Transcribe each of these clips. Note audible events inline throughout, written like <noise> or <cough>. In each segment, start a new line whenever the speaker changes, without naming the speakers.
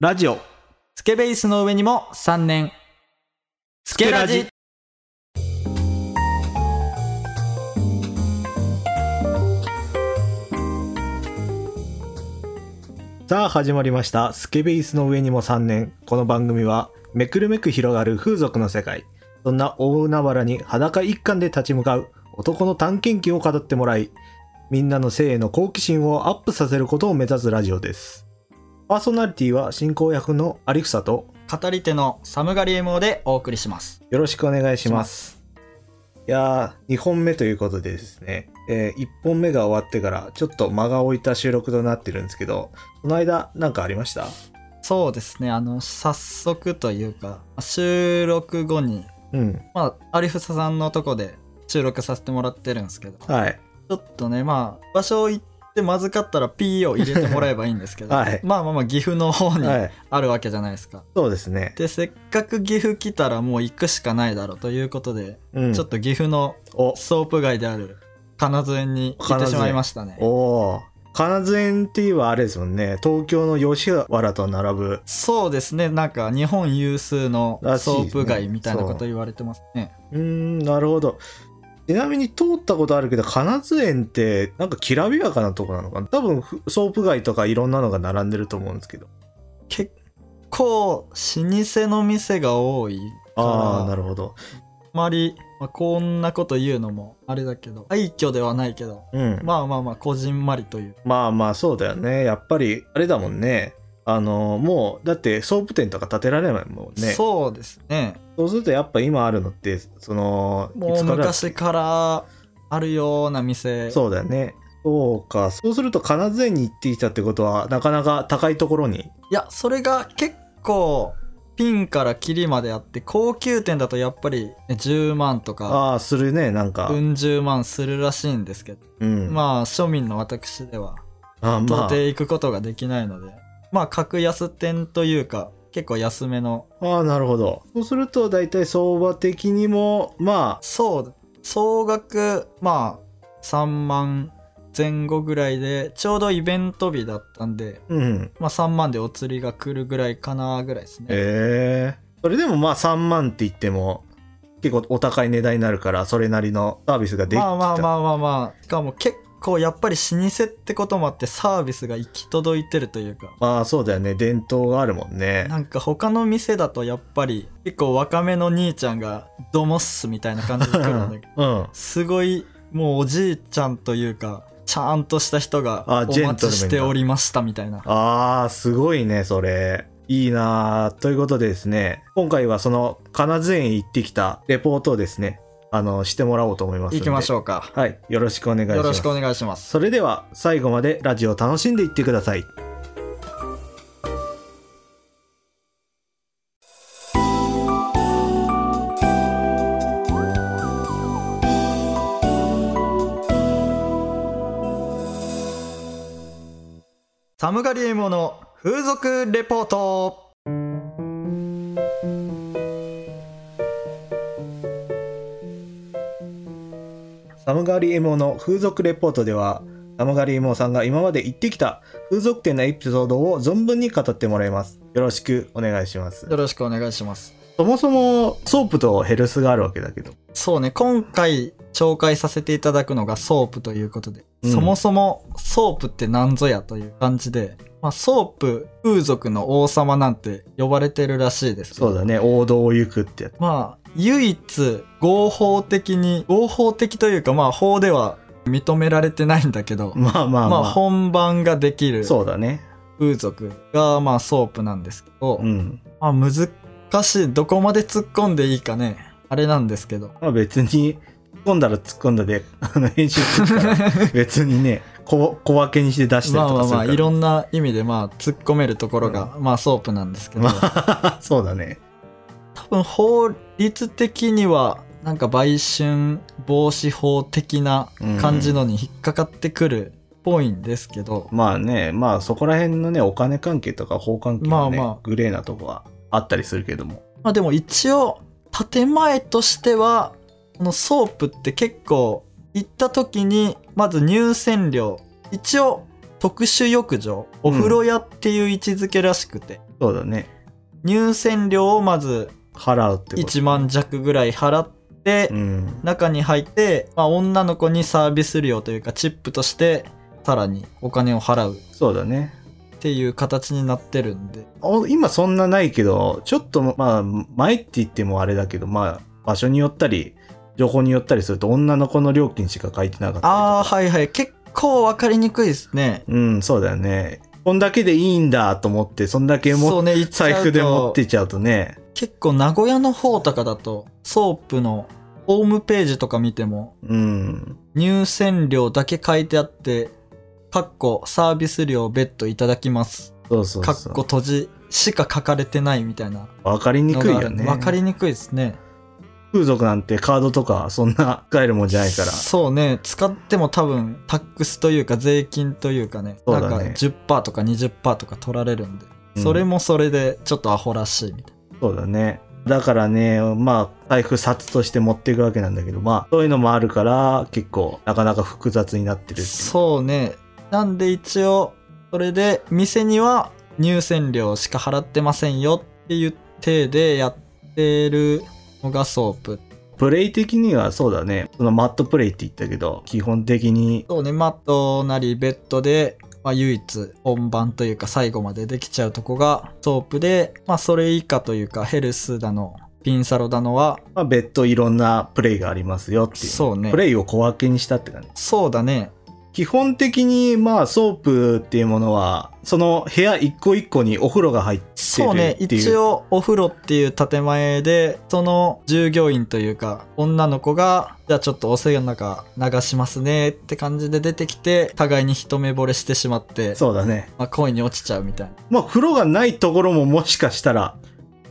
ラジオ、
スケベイスの上にも3年。ス
ケラジさあ始まりました。スケベイスの上にも3年。この番組は、めくるめく広がる風俗の世界。そんな大海原に裸一貫で立ち向かう男の探検記を語ってもらい、みんなの性への好奇心をアップさせることを目指すラジオです。パーソナリティは進行役の有草と、
語り手のサムガリエモでお送りします。
よろしくお願いします。いやー、2本目ということでですね、え1本目が終わってから、ちょっと間が置いた収録となってるんですけど、この間、なんかありました
そうですね、あの、早速というか、収録後に、
うん。
まあ、アリフサさんのとこで収録させてもらってるんですけど、ち
はい。
ょっとね、まあ、場所行ってまずかったら P を入れてもらえばいいんですけ
<laughs>
ど、
はい
まあまあまあ、岐阜の方に
はい。
あるわけじゃないですか。
そうですね。
で、せっかく岐阜来たらもう行くしかないだろうということで、
うん。
ちょっと岐阜の
お、
ソープ街である金津園に行ってしまいましたね。
おー。金津園っていえばあれですもんね、東京の吉原と並ぶ、
そうですね、なんか日本有数の
らしいです
ソ
ね
ープ街みたいなこと言われてますね。
うーん、なるほど。ちなみに通ったことあるけど、金津園って、なんかきらびやかなとこなのかな多分、ふソープ街とかいろんなのが並んでると思うんですけど。
結構、老舗の店が多いから、
ああ、
あ
なるほど。
まり、まあ、こんなこと言うのもあれだけど、廃墟ではないけど、
うん。
まあまあまあ、こじんまりという。
まあまあそうだよねやっぱりあれだもんねあのもうだってソープ店とか建てられないもんねそう
そうですね。
するとやっぱ今あるのってその
もう昔からあるような店。
そうだよねそうかそうすると金津園に行ってきたってことはなかなか高いところに
いや、それが結構、ピンからキリまであって、高級店だとやっぱりね10万とか、
ああするねなんか、
うん十万するらしいんですけど、
うんま
まあ庶民の私では
あ
到
まあ
底行くことができないので、まあ格安店というか結構安めの
ああなるほどそうすると大体相場的にもま
そう総額まあ3万前後ぐらいでちょうどイベント日だったんで、
あうん
まあ、3万でお釣りが来るぐらいかなぐらいですね、
ええそれでもまあ3万って言っても結構お高い値段になるからそれなりのサービスができた
まあまあまあまあまあしかも結構やっぱり老舗ってこともあってサービスが行き届いてるというか
まあそうだよね伝統があるもんね
なんか他の店だとやっぱり結構若めの兄ちゃんがドモッスみたいな感じで来るんだけ
<laughs> うん
どすごいもうおじいちゃんというかちゃんとした人が
あ
お
ジェントル
待
メンだ
ちしておりましたみたいな
あーすごいねそれいいなあということでですね今回はその金津園行ってきたレポートをですねあのしてもらおうと思います
行きまし
ょ
ょうか
うはいよろしくお願いします
よろしくお願いします
それでは最後までラジオを楽しんでいってください
サムガリエモの風俗レポート
サムガリエモの風俗レポートではサムガリエモさんが今まで行ってきた風俗店のエピソードを存分に語ってもらいますよろしくお願いします
よろしくお願いします
そもそもソープとヘルスがあるわけだけど
そうね今回紹介させていただくのがソープということで、
うん
そもそもソープって何ぞやという感じで、まあ、ソープ風俗の王様なんて呼ばれてるらしいですけど
そうだね王道を行くってやつ
まあ唯一合法的に合法的というかまあ法では認められてないんだけど、
まあまあま
ま
あ、
あ本番ができる
そうだね
風俗がまあソープなんですけど、
うん
まあ難しいどこまで突っ込んでいいかねあれなんですけど
まあ別に突っ込んだら突っ込んだであの編集するから
<laughs>
別にね小小分けにして出した
ま
り
あ
と
ま
か
あ
する
ま
か
あ
ら
いろんな意味でまあ突っ込めるところが、まあソープなんですけど、
まあ <laughs> そうだね
多分法律的にはなんか売春防止法的な感じのに引っかかってくるっぽいんですけど、
まあねまあそこら辺のねお金関係とか法関係のね、
まあまあ
グレーなとこはあったりするけども
まあでも一応建前としてはこのソープって結構行った時にまず入船料一応特殊浴場お風呂屋っていう位置づけらしくて、
そうだね。
入選料をまず
払うってこと。
1万弱ぐらい払って、
うん。
中に入って、まあ、女の子にサービス料というかチップとしてさらにお金を払うっ
そうだね。
ていう形になってるんで
お今そんなないけど、ちょっとまあ、前って言ってもあれだけど、まあ、場所によったり、情報によったりすると女の子の料金しか書いてなかったりとか
ああはいはい結構分かりにくいですね
うん、そうだよね。こんだけでいいんだと思って、そんだけも
そうね言っちゃう
財
と
布で持っていっちゃうとね。
結構名古屋の方とかだとソープのホームページとか見ても
うん。
入選料だけ書いてあってかっこサービス料別途いただきます
そうそう
かっ
そ
こ閉じしか書かれてないみたいな
う。わかりに
の
くい
があ
よ
る
ね。
分かりにくいですね
風俗なんてカードとかそんな使えるもんじゃないから。
そうね使っても多分タックスというか税金というかね
そう
な
だ
ん
ね
か10%とか20%とか取られるんで、
うん
それもそれでちょっとアホらしいみたい
そうだね。だからね、まあ、財布札として持っていくわけなんだけど、まあ、そういうのもあるから、結構、なかなか複雑になってるってい
な
う
そうねなんで一応それで店には入選料しか払ってませんよっていう体でやってるのがソープ
プレイ的にはそうだね。そのマットプレイって言ったけど、基本的に、
そうねマットなりベッドで、まあ、唯一本番というか最後までできちゃうとこがソープで、まあ、それ以下というかヘルスだのピンサロだのは
まあ、別途いろんなプレイがありますよっていう。
そうね
プレイを小分けにしたって感じ。
そうだね
基本的に、まあ、ソープっていうものは、その部屋一個一個にお風呂が入ってるっていう。
そうね一応お風呂っていう建前でその従業員というか女の子がじゃあちょっとお世話の中流しますねって感じで出てきて互いに一目惚れしてしまって、
そうだね。
まあ、恋に落ちちゃうみたいな
まあ、風呂がないところももしかしたら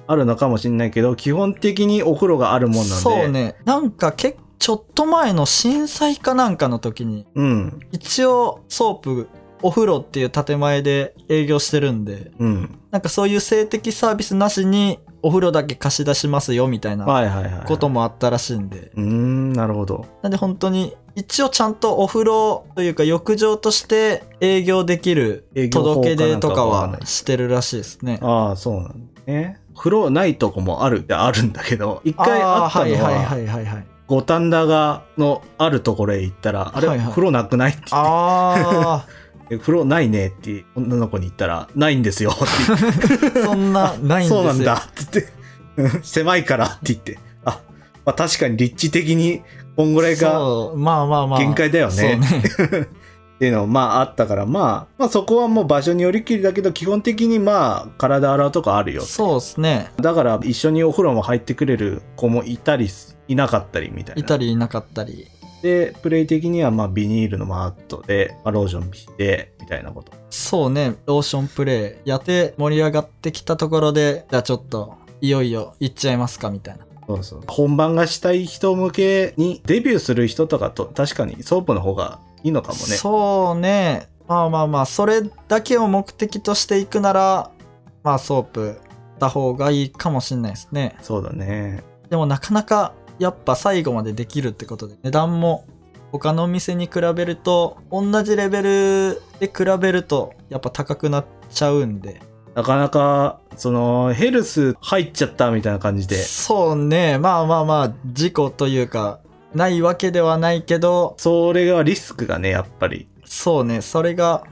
あるのかもしれないけど、基本的にお風呂があるもんなんで。
そう。ねなんかけちょっと前の震災かなんかの時に
うん。
一応ソープお風呂っていう建前で営業してるんで
うん。
なんかそういう性的サービスなしにお風呂だけ貸し出しますよみたいな
はいはいはい、はい。
こと。もあったらしいんで
うーん、なるほど。
なんで本当に一応ちゃんとお風呂というか浴場として営業できる
営業法
届け出とか
なんかわかんな
はいしてるらしいですね。
ああ、そうなんだね。風呂ないとこもあるってあるんだけど、一回あ
あ
った
ー
の
はいは
は、
いはいはいはい。
五反田がのあるところへ行ったら、あれ、
はいはい
風呂なくないって言っ
あ
てえ風呂ないねって女の子に言ったら、ないんですよって言って
あ、 <laughs> そんなないんです
そ
よ。
うなんだ。って言って、 <laughs> 狭いからって言って、あ、まあ、確かに立地的にこんぐらいがっ
そうまあまあまあ。
限界だよね
そうね。
ていうのもまああったから、まあ、まあそこはもう場所によりきりだけど、基本的にまあ体洗うとかあるよ。
そうですね。
だから一緒にお風呂も入ってくれる子もいたり、いなかったりみたいな。
いたりいなかったり。
で、プレイ的にはまあビニールのマットで、まあ、ローションして、みたいなこと。
そうね、ローションプレイやって盛り上がってきたところで、じゃあちょっといよいよ行っちゃいますかみたいな。
そうそう。本番がしたい人向けに、デビューする人とかと、確かにソープの方がいいのかもね。
そうねまあまあまあそれだけを目的としていくならまあソープした方がいいかもしんないですね
そうだね。
でもなかなかやっぱ最後までできるってことで値段も他のお店に比べると同じレベルで比べるとやっぱ高くなっちゃうんで
なかなか、その、ヘルス入っちゃったみたいな感じで、
そうねまあまあまあ事故というかないわけではないけど
それがリスクがね、やっぱり。
そうねそれが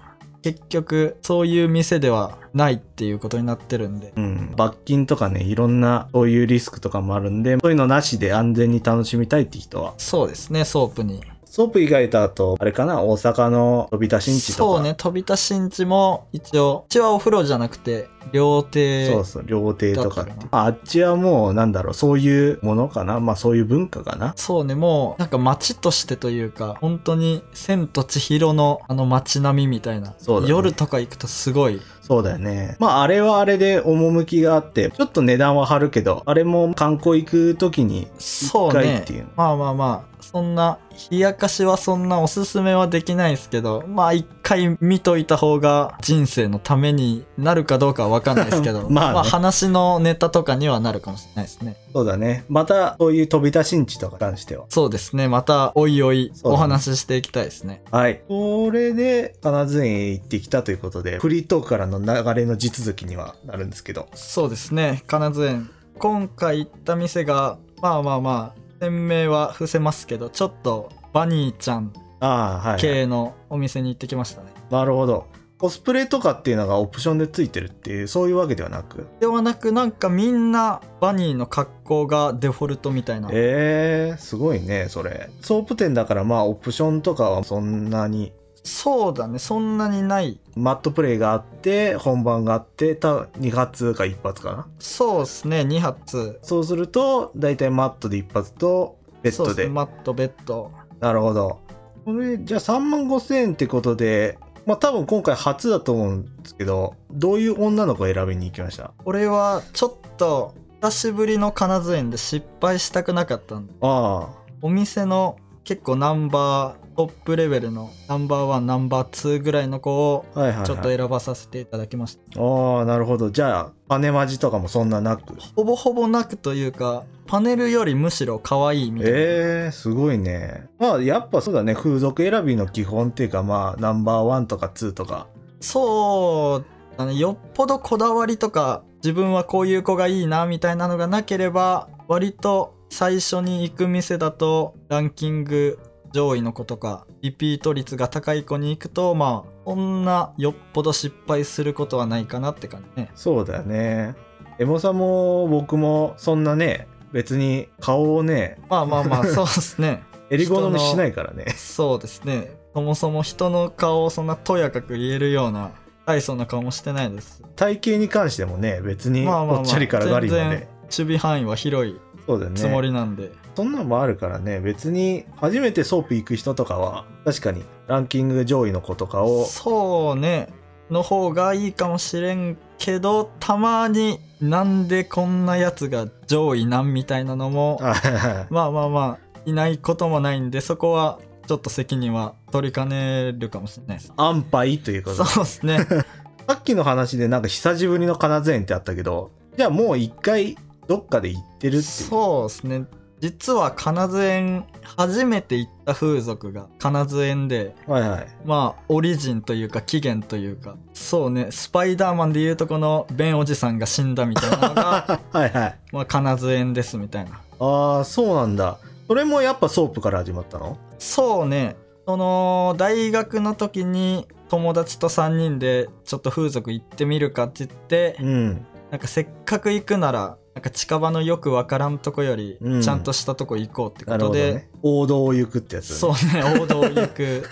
結局そういう店ではないっていうことになってるんで
うん。罰金とかね、いろんな、そういうリスクとかもあるんで、そういうのなしで安全に楽しみたいって人は。
そうですね、ソープに。
ソープ以外だと、あれかな、大阪の飛び出しんちとか。
そうね、飛び出しんちも一応、うちはお風呂じゃなくて、料亭。
そうそう、料亭とかって
だったか
ああっちはもう、なんだろう、そういうものかな。まあ、そういう文化かな。
そうね、もう、なんか街としてというか、本当に、千と千尋のあの街並みみたいな。
そうだね
夜とか行くとすごい。
そうだよね。まあ、あれはあれで趣があって、ちょっと値段は張るけど、あれも観光行く時に、
そう
回っ
ね
ていう。
まあまあまあ、そんな、冷やかしはそんなおすすめはできないですけど、まあ一回見といた方が人生のためになるかどうかはわかんないですけ
<laughs>
ど
まあね
話のネタとかにはなるかもしれないですね
そうだね。また、そういう飛び出しんちとかに関しては。
そうですねまたおいおい
そうだ
お
ね
話ししていきたいですね
はい。それで、金津園へ行ってきたということで、フリートークからの流れの地続きにはなるんですけど。
そうですね金津園今回行った店がまあまあまあ店名は伏せますけどちょっとバニーちゃん
ああ、はい、
系のお店に行ってきましたね、
なるほど。コスプレとかっていうのがオプションでついてるっていう、そういうわけではなく。
ではなくなんかみんなバニーの格好がデフォルトみたいな
えー、すごいね、それ。ソープ店だから、まあ、オプションとかはそんなに、
そうだねそんなにない
マットプレイがあって、本番があって、た2発か1発かな。
そうですね2発
そうすると、だいたいマットで1発と、ベッ
そう
ド
っす
で
ね、マットベッド
なるほど。これ、じゃあ3万5千円ってことで、まあ多分今回初だと思うんですけど、どういう女の子を選びに行きました
俺はちょっと久しぶりの金津園で失敗したくなかったんで
あ
お店の結構ナンバートップレベルのナンバーワンナンバーツーぐらいの子を
あ、はいはい、はい。
ちょっと選ばさせていただきました、
ああ、なるほど。じゃあ、金マジとかもそんななく。
ほぼほぼなくというかパネルよりむしろ可愛いみたいな、
えー、すごいね。まあ、やっぱそうだね。風俗選びの基本っていうか、まあ、ナンバーワンとかツーとか。
そうだねよっぽどこだわりとか自分はこういう子がいいなみたいなのがなければ割と最初に行く店だとランキング上位の子とかリピート率が高い子に行くとまあそんなよっぽど失敗することはないかなって感じね
そうだよね。エモさも僕もそんなね、別に顔をね、
まあまあまあそうですね
襟好みしないからね。
そうですねそもそも人の顔をそんなとやかく言えるような大層な顔もしてないです
体型に関してもね別に
まあまあまあ
ぽっちゃりからガリまで
守備範囲は広い
そうだよね
つもりなんで、
そんなんもあるからね別に初めてソープ行く人とかは確かにランキング上位の子とかを
そうねの方がいいかもしれんけどたまになんでこんなやつが上位なんみたいなのも
あ <laughs> はいはい
まあまあまあいないこともないんでそこはちょっと責任は取りかねるかもしれないです
安牌ということ
そ
で
うですね
さっきの話でなんか久しぶりの金津園ってあったけどじゃあもう一回どっかで行ってるっていう
そうですね実は金津園初めて行った風俗が金津園で
はいはい
まあオリジンというか起源というかそうねスパイダーマンでいうとこのベンおじさんが死んだみたいなの
<laughs>
が
はいはい
まあ金津園ですみたいな
ああそうなんだそれもやっぱソープから始まったの
そうねその大学の時に友達と3人でちょっと風俗行ってみるかって言って
うん
なんかせっかく行くならなんか近場のよくわからんとこより
うん
ちゃんとしたとこ行こうってこ
なる
と
ほど
で、
ね王道を行くってやつだね
そうね王道行く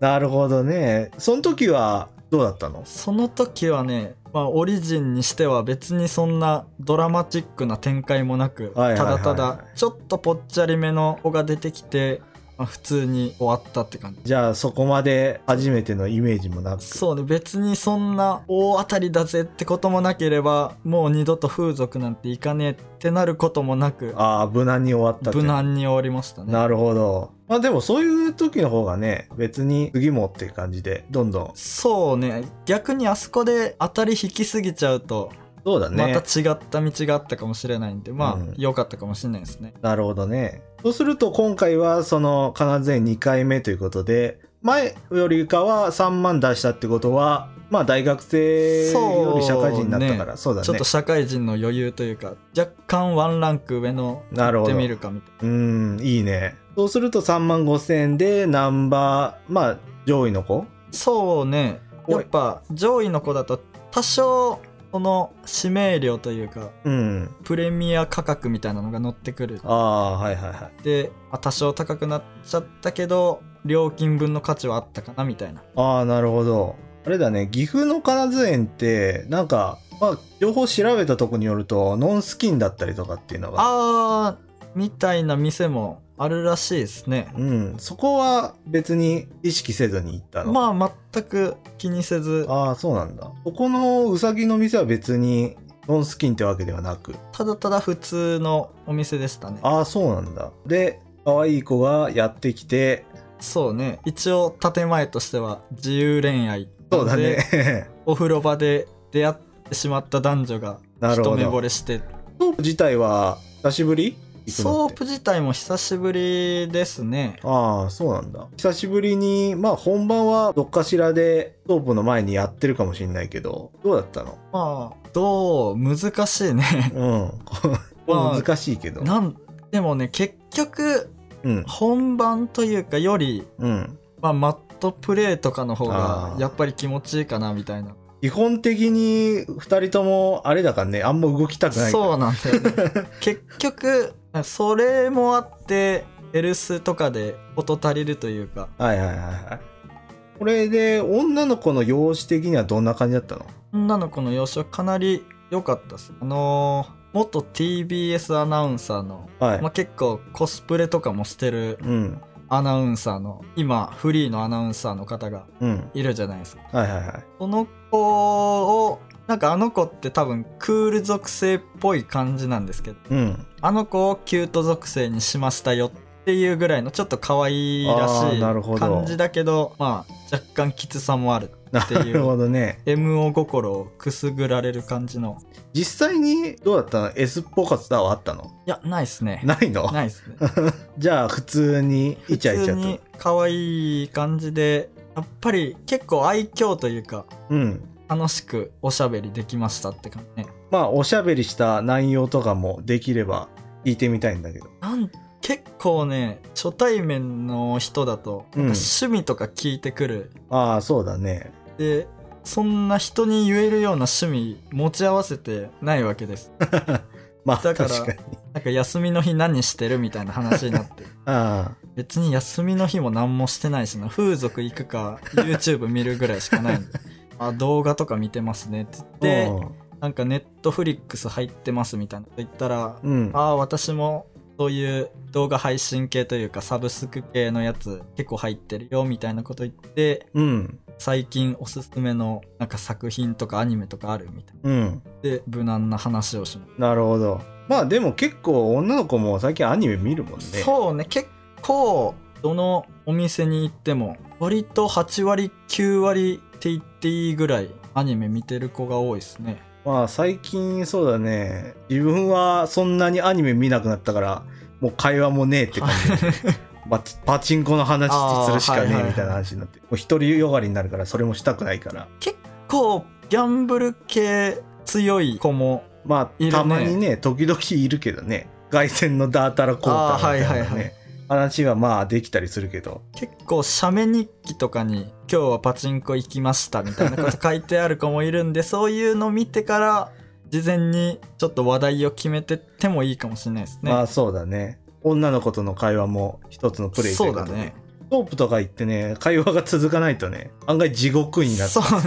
なるほどね。その時はどうだったの
その時はねまあオリジンにしては別にそんなドラマチックな展開もなく
はい
た
はいはいは
だ
い
ただちょっとぽっちゃりめの子が出てきて、まあ、普通に終わったって感じ
じゃあそこまで初めてのイメージもなく。
そうね別にそんな大当たりだぜってこともなければもう二度と風俗なんて行かねえってなることもなく
ああ、無難に終わったって
無難に終わりましたね
なるほど。まあでもそういう時の方がね、別に次もっていう感じで、どんどん。
そうね逆にあそこで当たり引きすぎちゃうと
そうだ
ま
ね。
た違った道があったかもしれないんで、まあ
うん
良かったかもしれないですね
なるほどね。そうすると今回はその金津園2回目ということで、前よりかは3万出したってことは、まあ大学生より社会人になったから、そう,、
ちょっ
だ
と
ね。
社会人の余裕というか若干ワンランク上の
なる
行っ
ほ
て
ど
み。るかみたいな
うん、いいね。そうすると3万5千円でナンバー、まあ、上位の子
そうねやっぱ上位の子だと多少その指名料というか
うん。
プレミア価格みたいなのが乗ってくる
ああ、はいはいはい。
で、まあ、多少高くなっちゃったけど料金分の価値はあったかなみたいな
ああ、なるほど。あれだね、岐阜の金津園って、なんか、まあ、情報調べたとこによると、ノンスキンだったりとかっていうのが、
あーみたいな店もあるらしいですね
うん、そこは別に意識せずに行ったの。
まあ全く気にせず
ああ、そうなんだ。ここのうさぎの店は別に、ノンスキンってわけではなく。
ただただ普通のお店でしたね
ああ、そうなんだ。で、可愛い子がやってきて、
そうね一応建前としては自由恋愛
そうだ
なんで
ね。 <laughs>
お風呂場で出会っってしまった男女が
なる
一
ほ
目惚
ど。
れして
ソープ自体は久しぶり
ソ
行くのっ
ー
て
プ自体も久しぶりですね
ああ、そうなんだ。久しぶりに、まあ本番はどっかしらでソープの前にやってるかもしれないけど、どうだったの
まあどう難し
<laughs>
いね
うん。難しいけど。
なんでもね結局
うん。
本番というかより、
うん。
まあ、マットプレーとかの方が
あー
やっぱり気持ちいいかなみたいな
基本的に二人ともあれだからね、あんま動きたくない。
そうなんだよ
<laughs>
ね結局それもあってエルスとかで事足りるというか
はいはいはいはい。これで女の子の容姿的にはどんな感じだったの
女の子の様子はかなり良かったですあのー元 TBS アナウンサーの、
はい。
まあ、結構コスプレとかもしてる
うん。
アナウンサーの今フリーのアナウンサーの方が
うん。
いるじゃないですか
はいはいはい。
その子をなんかあの子って多分クール属性っぽい感じなんですけど
うん。
あの子をキュート属性にしましたよっていうぐらいのちょっと可愛ら
あ
し
ーなるほ
い
ど
感じだけどまあ若干きつさもある
な
っていう
るほどね。
MO 心をくすぐられる感じの
実際にどうだったの ?S っぽかったはあったの
いやないっすね
ないの
ないっすね
じゃあ普通に <laughs> イチャイチ
普通
ャ
に
と。
可愛い感じでやっぱり結構愛嬌というか
うん。
楽しくおしゃべりできましたって感じね
まあおしゃべりした内容とかもできれば聞いてみたいんだけど。
なん結構ね初対面の人だと
うん。
趣味とか聞いてくる、
ああ、そうだね。
でそんな人に言えるような趣味持ち合わせてないわけです
まあ確
だから
かに。
なんか休みの日何してるみたいな話になって
あ
別に休みの日も何もしてないしな風俗行くか YouTube 見るぐらいしかないんであ動画とか見てますねって
あ。
言ってなんかネットフリックス入ってますみたいなこと言ったら
うん。うん。
ああ私もそういう動画配信系というかサブスク系のやつ結構入ってるよみたいなこと言って
うん。
最近おすすめのなんか作品とかアニメとかあるみたいな
うん。
で無難な話をしま
なるほど。まあでも結構女の子も最近アニメ見るもんね。
す、そうね結構どのお店に行っても割と8割9割って言っていいぐらいアニメ見てる子が多いですね
まあ最近そうだね。自分はそんなにアニメ見なくなったから、もう会話もねえって感じ。
<laughs>
パチパチンコの話するしかね
あーはいはい
え
はい
みたいな話になって。もう一人よがりになるから、それもしたくないから。
こうギャンブル系強い子も
まあ、
いるね
たまにね、時々いるけどね。凱旋のダータラコータみたいなね。
あーはいはいはい
話はまあできたりするけど。
結構写メ日記とかに「今日はパチンコ行きました」みたいなこと書いてある子もいるんでそういうの見てから事前にちょっと話題を決めてってもいいかもしれないですね。
まあそうだね。女の子との会話も一つのプレイとい
そうう
こ
だ
とで
ね。
ソープとか行ってね、会話が続かないとね、案外地獄になって、
そう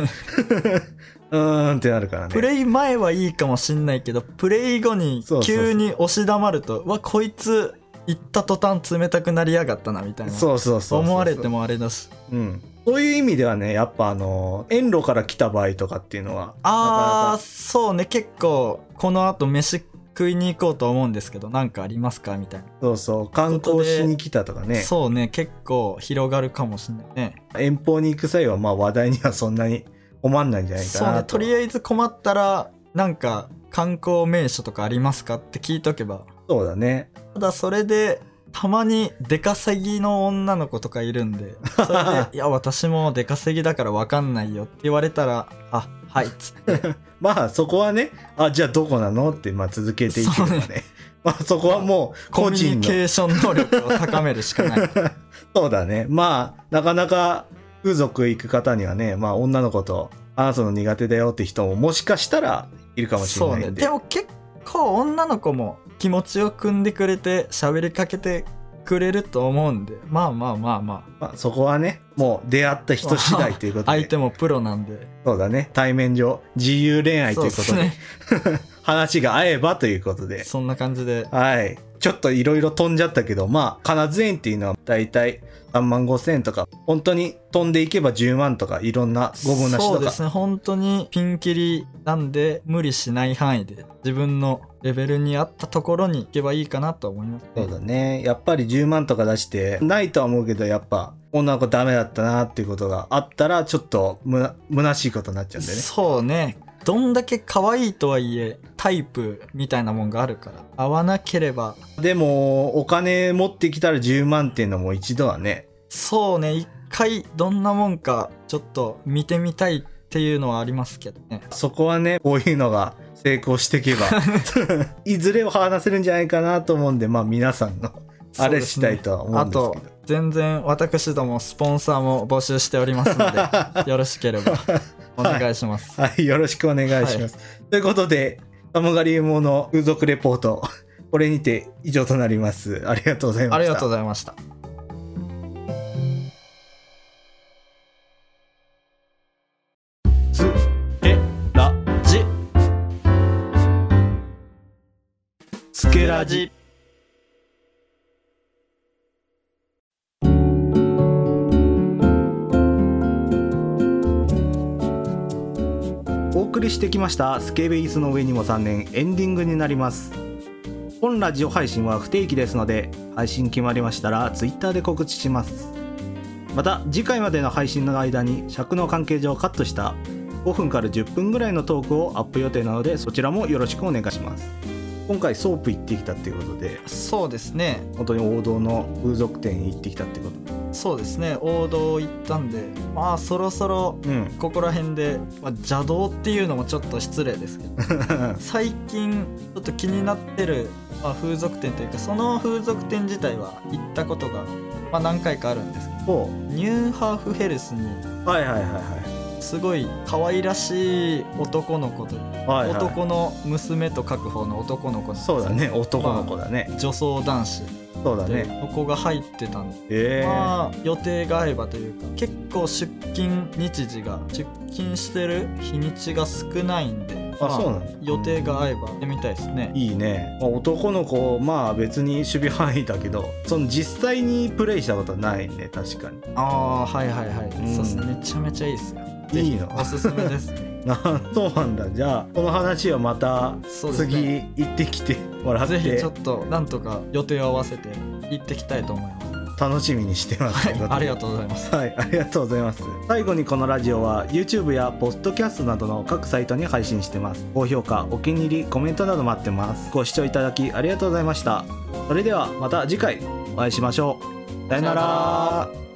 ね
<laughs> うーんってなるからね。
プレイ前はいいかもしんないけどプレイ後に
そうそうそう
急に押し黙ると「うわこいつ行った途端冷たくなりやがったな」みたいな
そうそうそうそう。
思われてもあれだし
うん。そういう意味ではね、やっぱあの、遠路から来た場合とかっていうのは、
ああ
なかなか
そうね結構この後飯食いに行こうと思うんですけど何かありますかみたいな。
そうそう、観光しに来たとかね、
そうね結構広がるかもしれないね
遠方に行く際は、まあ話題にはそんなに困んないんじゃないか
そう
な
ね
と。
とりあえず困ったらなんか観光名所とかありますかって聞いとけば
そうだね。
ただそれでたまに出稼ぎの女の子とかいるんでそれで「 <laughs> いや私も出稼ぎだから分かんないよ」って言われたら「あはい」っつって
まあそこはね、あ、じゃあどこなのって、まあ続けていけば
そう
ね。まあそこはもう、
コ
<laughs> 個
ミュ
人
ニ
の。
ケーション能力を高めるしか
<laughs>
ない
そうだね。まあ、なかなか風俗行く方にはね、まあ女の子と話すの苦手だよって人ももしかしたらいるかもしれ
そう
ないんで。
ねでも結構女の子も気持ちを汲んでくれて喋りかけてくれると思うんでまあまあまあまあ
まあ、そこはね、もう出会った人次第ということで。
<laughs> 相手もプロなんで
そうだね。対面上、自由恋愛ということ
そう
で、
です
話が合えばということ
ね
で。
そんな感じで
はい。ちょっといろいろ飛んじゃったけど、まあ、金津園っていうのはだいたい3万5千円とか、本当に飛んでいけば10万とか、いろんな五分なし
そう
と
で
か
すね本当にピンキリなんで無理しない範囲で自分のレベルに合ったところに行けばいいかなと思います、ね、
そうだね。やっぱり10万とか出して、ないとは思うけど、やっぱ、女の子ダメだったなっていうことがあったら、ちょっとむな、虚しいことになっちゃうんだよね。
そうねどんだけ可愛いとはいえタイプみたいなもんがあるから合わなければ
でも、お金持ってきたら10万っていうのも一度はね。
そうね一回どんなもんかちょっと見てみたいっていうのはありますけどね
そこはね、こういうのが成功していけ
<laughs>
ば、いずれは話せるんじゃないかなと思うんで、まあ皆さんのあれしたいとは思うんですけど。
全然私どもスポンサーも募集しておりますの
<laughs>
でよろしければお願いします、
はい、よろしくお願いします。ということで、タモガリウモの風俗レポート、これにて以上となります。ありがとうございました。
ありがとうございました
つけラ
じ
つけラジお送りしてきました「スケベイスの上にも3年」エンディングになります本ラジオ配信は不定期ですので配信決まりましたら Twitter で告知しますまた次回までの配信の間に尺の関係上カットした5分から10分ぐらいのトークをアップ予定なのでそちらもよろしくお願いします今回ソープ行ってきたっていうことで
そうですね
本当に王道の風俗店行ってきたってこと
そうですね王道行ったんでまあそろそろ
うん。
ここら辺で、まあ、邪道っていうのもちょっと失礼ですけ
<laughs>
ど最近ちょっと気になってる、まあ、風俗店というかその風俗店自体は行ったことが、まあ、何回かあるんですけ
ほ
どニューハーフヘルスに
うはいはいはいは
すごい可愛らしい男の子という、
はいはい
男の娘と書く方の男の子なんです
そうだね、男の子だね。
女装男子
そうだ
で
ね。
の子が入ってたんで
ええ
まあ予定が合えばというか結構出勤日時が出勤してる日にちが少ないんで
あ
ま
そうなんだ
予定が合えばやってみたいですね
いいね、まあ、男の子まあ別に守備範囲だけどその実際にプレイしたことはないね確かに
ああーはいはいはい、
うん
そうっすめちゃめちゃいいっすよ
いいの
おすす
<laughs>
めですね
なそうなんだじゃあこの話はまた
そうです
次
ね
行ってきてもらっ
ぜひ
て
ちょっとなんとか予定を合わせて行ってきたいと思います
楽しみにしてます、
はいありが
と
とうございます
うはいありがとうございます最後にこのラジオは YouTube やポッドキャストなどの各サイトに配信してます高評価お気に入りコメントなど待ってますご視聴いただきありがとうございましたそれではまた次回お会いしましょうさよな
さよな
ら
ら